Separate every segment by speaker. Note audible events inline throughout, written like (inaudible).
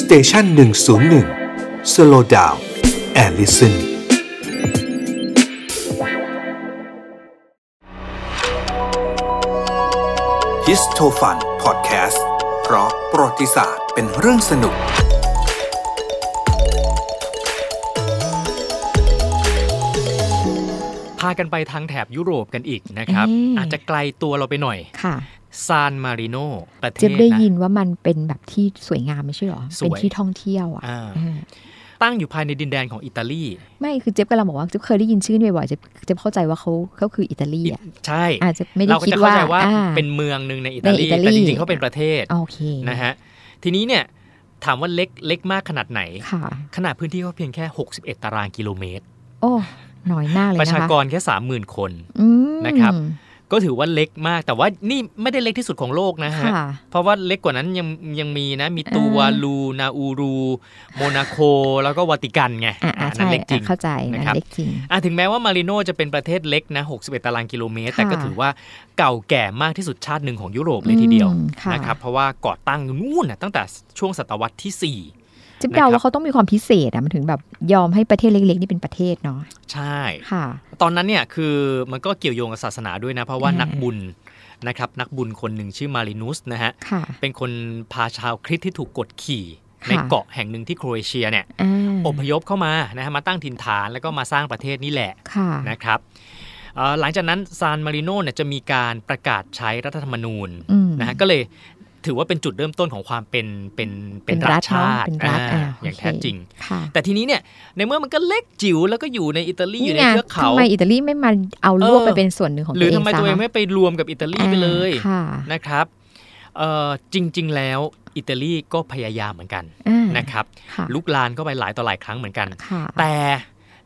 Speaker 1: สเตชันหนึ่งศูนย์หนึ่งสโลดาวแอลลิสัน ฮิสโทฟันพอดแคสต์เพราะประวัติศาสตร์เป็นเรื่องสนุก
Speaker 2: พากันไปทางแถบยุโรปกันอีกนะครับ
Speaker 3: อืม
Speaker 2: อาจจะไกลตัวเราไปหน่อย
Speaker 3: ค่ะ
Speaker 2: ซานมาริโนประเท
Speaker 3: เจะ
Speaker 2: ศ
Speaker 3: ได้
Speaker 2: นะ
Speaker 3: ยินว่ามันเป็นแบบที่สวยงามไม่ใช่หรอ
Speaker 2: สวย
Speaker 3: เป็นที่ท่องเที่ยวอ่ะ
Speaker 2: อ่า
Speaker 3: อ่า
Speaker 2: ตั้งอยู่ภายในดินแดนของอิตาลี
Speaker 3: ไม่คือเจ๊ยบกำลังบอกว่าเจ๊ยบเคยได้ยินชื่อนี้บ่อยๆเจ๊ยบเจ๊ยบเข้าใจว่าเขาเขาคืออิตาลีอ่ะ
Speaker 2: ใช่
Speaker 3: อาจจะไม่ได้
Speaker 2: เราก็
Speaker 3: คิด
Speaker 2: จะ
Speaker 3: ว่า
Speaker 2: เข้าใจว่า
Speaker 3: อ่า
Speaker 2: เป็นเมืองหนึ่งในอิตาลี
Speaker 3: ในอิตาลี
Speaker 2: แต่จริงๆเขาเป็นประเทศ
Speaker 3: โอเค
Speaker 2: นะฮะทีนี้เนี่ยถามว่าเล็กเล็กมากขนาดไหน
Speaker 3: ค่ะ
Speaker 2: ขนาดพื้นที่เขาเพียงแค่ 61 ตารางกิโลเมตร
Speaker 3: โอ้น้อยมากเลย
Speaker 2: ป
Speaker 3: นะคะ
Speaker 2: ระชากรแค่ 30,000 คน
Speaker 3: อืม
Speaker 2: นะครับ ก็ถือว่าเล็กมาก แต่ว่านี่ไม่ได้เล็กที่สุดของโลกนะฮะ
Speaker 3: ค่ะ
Speaker 2: เพราะว่าเล็กกว่านั้นยังยังมีนะ มีตูวาลู นาอูรู โมนาโค แล้วก็วาติกันไง
Speaker 3: อ่า
Speaker 2: อ่า
Speaker 3: ใช่
Speaker 2: นเล็กจริง
Speaker 3: อ่ะเข้าใจนะ
Speaker 2: นะครับ
Speaker 3: เล็กจริง
Speaker 2: อ่ะถึงแม้ว่ามาริโนจะเป็นประเทศเล็กนะ 61 ตารางกิโลเมตร
Speaker 3: ค่ะ
Speaker 2: แต่ก็ถือว่าเก่าแก่มากที่สุดชาติหนึ่งของยุโรปเลยทีเดียว
Speaker 3: อืมค่ะ
Speaker 2: นะครับเพราะว่าก่อตั้งนู่นนะตั้งแต่ช่วงศตวรรษที่
Speaker 3: เจ๊ยบเดา
Speaker 2: นะครับ
Speaker 3: ว่าเขาต้องมีความพิเศษอ่ะมันถึงแบบยอมให้ประเทศเล็กๆนี่เป็นประเทศเนาะ
Speaker 2: 4 ใช่
Speaker 3: ค่ะ
Speaker 2: ตอนนั้นเนี่ยคือมันก็เกี่ยวโยงกับศาสนาด้วยนะ เพราะว่า
Speaker 3: อืม
Speaker 2: นักบุญนะครับนักบุญคนหนึ่งชื่อมารินุสนะฮะ
Speaker 3: ค่ะ
Speaker 2: เป็นคนพาชาวคริสต์ที่ถูกกดขี่
Speaker 3: ค่ะ
Speaker 2: ในเกาะแห่งหนึ่งที่โครเอเชียเนี่ย
Speaker 3: อ่า
Speaker 2: อพยพเข้ามานะฮะมาตั้งถิ่นฐานแล้วก็มาสร้างประเทศนี่แหละ
Speaker 3: ค่ะ
Speaker 2: นะครับเอ่อหลังจากนั้นซานมาริโนเนี่ยจะมีการประกาศใช้รัฐธรรมนูญ
Speaker 3: อืม
Speaker 2: นะฮะก็เลยถือว่าเป็นจุดเริ่มต้นของความเป็นเป็นเป็น
Speaker 3: เป็น
Speaker 2: รั
Speaker 3: รั
Speaker 2: ฐ
Speaker 3: ฐ
Speaker 2: ชา
Speaker 3: เนาะ
Speaker 2: ติ
Speaker 3: เป็นรัฐ
Speaker 2: อ่า
Speaker 3: อ่า
Speaker 2: อย่าง
Speaker 3: โอเค
Speaker 2: แท้จริง
Speaker 3: ค่ะ
Speaker 2: แต่ทีนี้เนี่ยในเมื่อมันก็เล็กจิ๋วแล้วก็อยู่ในอิตาลีอยู่ใน
Speaker 3: ไง
Speaker 2: เทือกเขา
Speaker 3: ทำไมอิตาลีไม่มาเอา
Speaker 2: เออ
Speaker 3: รวบไปเป็นส่วนหนึ่งของ
Speaker 2: ห
Speaker 3: ตั
Speaker 2: รื
Speaker 3: ว
Speaker 2: อ
Speaker 3: เอง
Speaker 2: ทำไม
Speaker 3: ซะ
Speaker 2: ตัวเองไม่ไปรวมกับอิตาลีไปเลย
Speaker 3: อ่าค่ะ
Speaker 2: นะครับเอ่อจริง ๆ แล้วอิตาลีก็พยายามเหมือนกัน
Speaker 3: อ่า
Speaker 2: นะครับ
Speaker 3: ค่ะ
Speaker 2: ลุกลานเข้าไปหลายต่อหลายครั้งเหมือนกัน
Speaker 3: ค่ะ
Speaker 2: แต่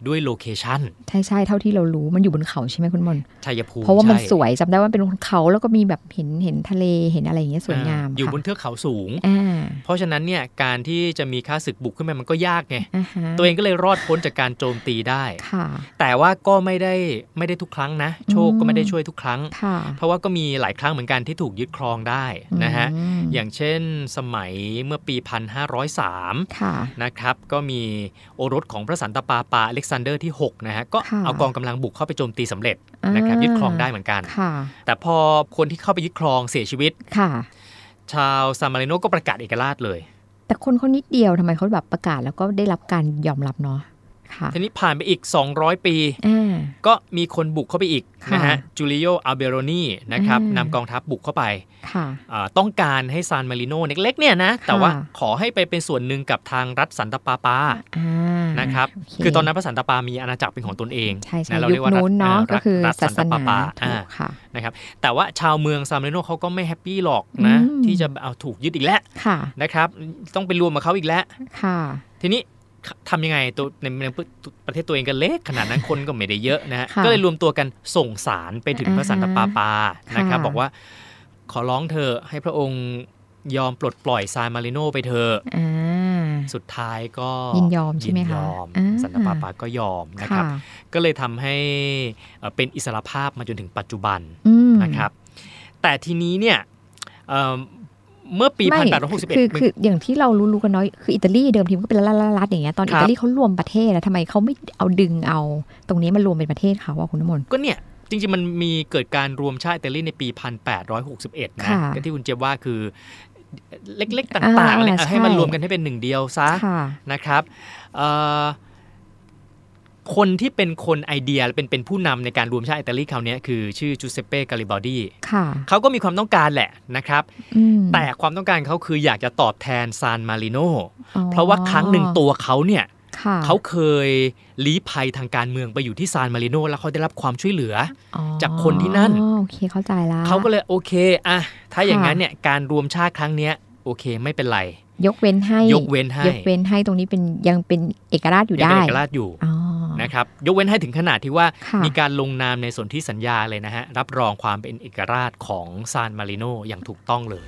Speaker 2: ด้วยโลเคชัน
Speaker 3: ใช่ใช่เท่าที่เรารู้มันอยู่บนเขาใช่ไหมคุณมนต์
Speaker 2: ชัยภูมิ
Speaker 3: เพราะว่ามัน
Speaker 2: ใช่
Speaker 3: สวยจำได้ว่าเป็นเขาแล้วก็มีแบบเห็นเห็นทะเลเห็นอะไรอย่างเงี้ยสวยงาม
Speaker 2: เอออยู่บน
Speaker 3: ค่ะ
Speaker 2: เทือกเขาสูง
Speaker 3: อ่า
Speaker 2: เพราะฉะนั้นเนี่ยการที่จะมีค่าศึกบุกขึ้นมามันก็ยากไง
Speaker 3: อ่าฮะ
Speaker 2: ตัวเองก็เลยรอดพ้นจากการโจมตีได้
Speaker 3: ค่ะ
Speaker 2: แต่ว่าก็ไม่ได้ไม่ได้ทุกครั้งนะ โชคก็ไม่ได้ช่วยทุกครั้ง
Speaker 3: ค่ะ
Speaker 2: เพราะว่าก็มีหลายครั้งเหมือนกันที่ถูกยึดครองได้นะฮะ
Speaker 3: ม
Speaker 2: อย่างเช่นสมัยเมื่อปี 1503
Speaker 3: ค่ะ
Speaker 2: นะครับ ก็มีโอรสของพระสันตะปาปาอเล็กซานเดอร์ที่ 6 นะฮะ ก็
Speaker 3: ค่ะ
Speaker 2: เอากองกำลังบุกเข้าไปโจมตีสำเร็จนะครับยึดครองได้เหมือนกัน
Speaker 3: ค่ะ
Speaker 2: แต่พอคนที่เข้าไปยึดครองเสียชีวิต
Speaker 3: ค่ะ
Speaker 2: ชาวซานมาริโนก็ประกาศเอกราชเลย
Speaker 3: แต่คนคนนิดเดียวทำไมเขาแบบประกาศแล้วก็ได้รับการยอมรับเนาะค่ะ
Speaker 2: ทีนี้ผ่านไปอีก 200 ปี
Speaker 3: อ่า
Speaker 2: ก็มีคนบุกเข้าไปอีก
Speaker 3: ค่ะ
Speaker 2: นะฮะจูลิโออัลเบโรนีนะครับ
Speaker 3: อืม
Speaker 2: นำกองทัพบุกเข้าไป
Speaker 3: ค่ะ
Speaker 2: อ่าต้องการให้ซานมาริโนเล็กๆเนี่ยนะแต่
Speaker 3: ค่ะ
Speaker 2: ว่าขอให้ไปเป็นส่วนหนึ่งกับทางรัฐสันตะปาปา
Speaker 3: อ่า
Speaker 2: นะครับ
Speaker 3: โเ
Speaker 2: คือตอนนั้นพระสันตะปามีอาณาจักรเป็นของตนเอง
Speaker 3: ใช่ใช่
Speaker 2: นะเรา
Speaker 3: ยุ
Speaker 2: เรีย
Speaker 3: ค
Speaker 2: กว่ารัฐ
Speaker 3: นู้นเนาะ
Speaker 2: รั
Speaker 3: ก็
Speaker 2: ฐ
Speaker 3: คือ
Speaker 2: รัฐ
Speaker 3: ศา
Speaker 2: สัน
Speaker 3: ส
Speaker 2: ตะปา
Speaker 3: นา
Speaker 2: ปา
Speaker 3: ถู
Speaker 2: อ่าก
Speaker 3: ค่ะ
Speaker 2: นะครับแต่ว่าชาวเมืองซานมาริโนเขาก็ไม่แฮปปี้หรอกนะ
Speaker 3: อืม
Speaker 2: ที่จะเอาถูกยึดอีกแล้ว
Speaker 3: ค่ะ
Speaker 2: นะครับต้องไปรวมกับเขาอีกแล้ว
Speaker 3: ค่ะ
Speaker 2: ทีนี้ทำยังไงตัวในในประเทศตัวเองกันเล็กขนาด
Speaker 3: (laughs)
Speaker 2: นั้นคนก็ไม่ได้เยอะนะฮะ
Speaker 3: ค่ะ
Speaker 2: ก็เลยรวมตัวกันส่งสารไปถึง
Speaker 3: อ่าฮะ
Speaker 2: พระสันตะปาปานะครับ
Speaker 3: ค่ะ
Speaker 2: บอกว่าขอร้องเธอะให้พระองค์ยอมปลดปล่อยซานมาริโนไปเถอะ
Speaker 3: อ่า
Speaker 2: สุดท้ายก็
Speaker 3: ยินยอมใช่ไหมคะ
Speaker 2: ยินยอม
Speaker 3: อ่า
Speaker 2: สันตะปาปาก็ยอมนะครั
Speaker 3: ค่ะ
Speaker 2: บก็เลยทำให้เอ่อเป็นอิสรภาพมาจนถึงปัจจุบัน
Speaker 3: อืม
Speaker 2: นะครับแต่ทีนี้เนี่ยเอ่อเมื่อปี
Speaker 3: ไม่
Speaker 2: 1861
Speaker 3: คือ
Speaker 2: มัน
Speaker 3: คืออย่างที่เรารู้รู้กันเนาะคืออิตาลีเดิมทีมันก็เป็นรัฐๆๆอย่างเงี้ยตอน
Speaker 2: ครับ
Speaker 3: อิตาลีเขารวมประเทศแล้วทำไมเขาไม่เอาดึงเอา ตรงนี้มารวมเป็นประเทศเขาอะคุณน้ำมนต์
Speaker 2: ก็เนี่ย จริงๆ มันมีเกิดการรวมชาติอิตาลีในปี 1861 นะ
Speaker 3: ค่ะ
Speaker 2: ก็ที่คุณเจยบว่าคือเล็กๆ ต่างๆ
Speaker 3: อ่า
Speaker 2: เนี่ย
Speaker 3: ใช่
Speaker 2: ให้มันรวมกันให้เป็นหนึ่งเดียวซะ
Speaker 3: ค่ะ
Speaker 2: นะครับเอ่อคนที่เป็นคนไอเดียเป็นเป็นผู้นำในการรวมชาติอิตาลีคราวเนี้ยคือชื่อจูเซปเป้กาลิบ a ลดี
Speaker 3: ค่ะ
Speaker 2: เขาก็มีความต้องการแหละนะครับ
Speaker 3: อืม
Speaker 2: แต่ความต้องการเขาคืออยากจะตอบแทนซานมาริโน
Speaker 3: อ๋อ
Speaker 2: เพราะว่าครั้งหนึ่งตัวเขาเนี่ย
Speaker 3: ค่ะ
Speaker 2: เขาเคยลี้ภัยทางการเมืองไปอยู่ที่ซานมาริโนแล้วเขาได้รับความช่วยเหลือ
Speaker 3: อ๋อ
Speaker 2: จากคนที่นั่น
Speaker 3: โอเคเข้าใจละ
Speaker 2: เขาก็เลยโอเคอะถ้า
Speaker 3: ค่ะ
Speaker 2: อย่างนั้นเนี่ยการรวมชาติครั้งเนี้ยโอเคไม่เป็นไร
Speaker 3: ยกเว้นให้
Speaker 2: ยกเว้นให้
Speaker 3: ยกเว้นให้ตรงนี้เป็นยังเป็นเอกราชอยู่
Speaker 2: ง
Speaker 3: ได้
Speaker 2: เป็นเอกราชอยู่
Speaker 3: อ๋อ
Speaker 2: นะครับยกเว้นให้ถึงขนาดที่ว่า
Speaker 3: ค่ะ
Speaker 2: มีการลงนามในสนธิสัญญาเลยนะฮะ รับรองความเป็นเอกราชของซานมาริโนอย่างถูกต้องเลย